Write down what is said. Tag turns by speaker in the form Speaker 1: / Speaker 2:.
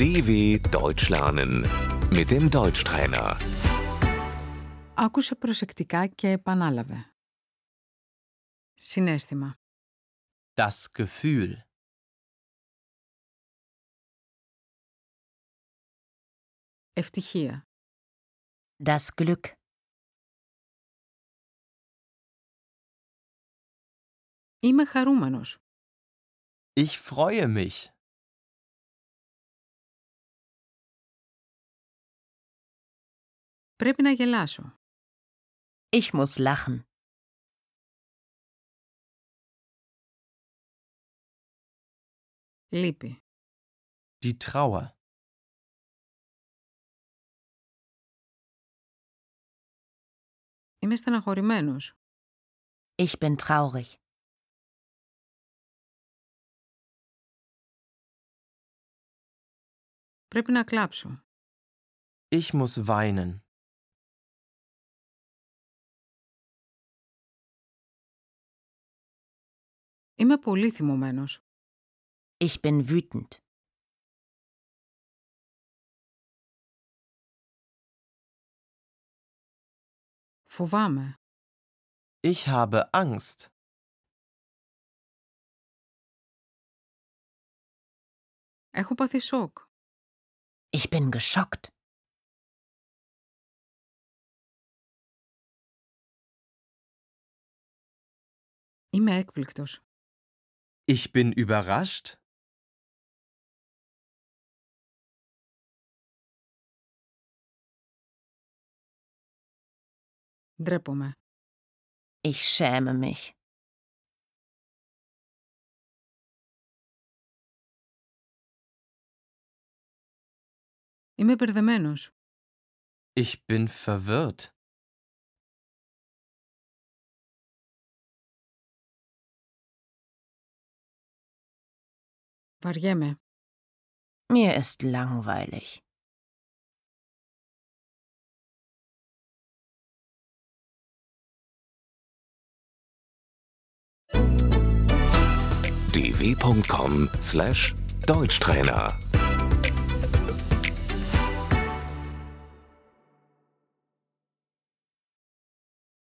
Speaker 1: DW Deutsch lernen mit dem Deutschtrainer.
Speaker 2: Άκουσε προσεκτικά και επανάλαβε. Συνέστημα.
Speaker 3: Das Gefühl.
Speaker 2: Ευτυχία.
Speaker 4: Das Glück,
Speaker 2: Είμαι χαρούμενος.
Speaker 3: Ich freue mich.
Speaker 2: Πρέπει να γελάσω.
Speaker 4: ich muss lachen,
Speaker 2: Λύπη.
Speaker 3: Die Trauer.
Speaker 2: Είμαι στεναχωρημένος.
Speaker 4: ich bin traurig,
Speaker 2: Πρέπει να κλάψω.
Speaker 3: Ich muss weinen.
Speaker 2: Είμαι πολύ θυμωμένος.
Speaker 4: ich bin wütend,
Speaker 2: Φοβάμαι.
Speaker 3: Ich habe Angst.
Speaker 2: Έχω πάθει σοκ.
Speaker 4: ich bin geschockt,
Speaker 2: Είμαι έκπληκτος.
Speaker 3: Ich bin überrascht.
Speaker 2: Ντρέπομαι.
Speaker 4: ich schäme mich,
Speaker 2: Είμαι μπερδεμένος.
Speaker 3: Ich bin verwirrt.
Speaker 2: Βαριέμαι.
Speaker 4: mir ist langweilig.
Speaker 1: dw.com/deutschtrainer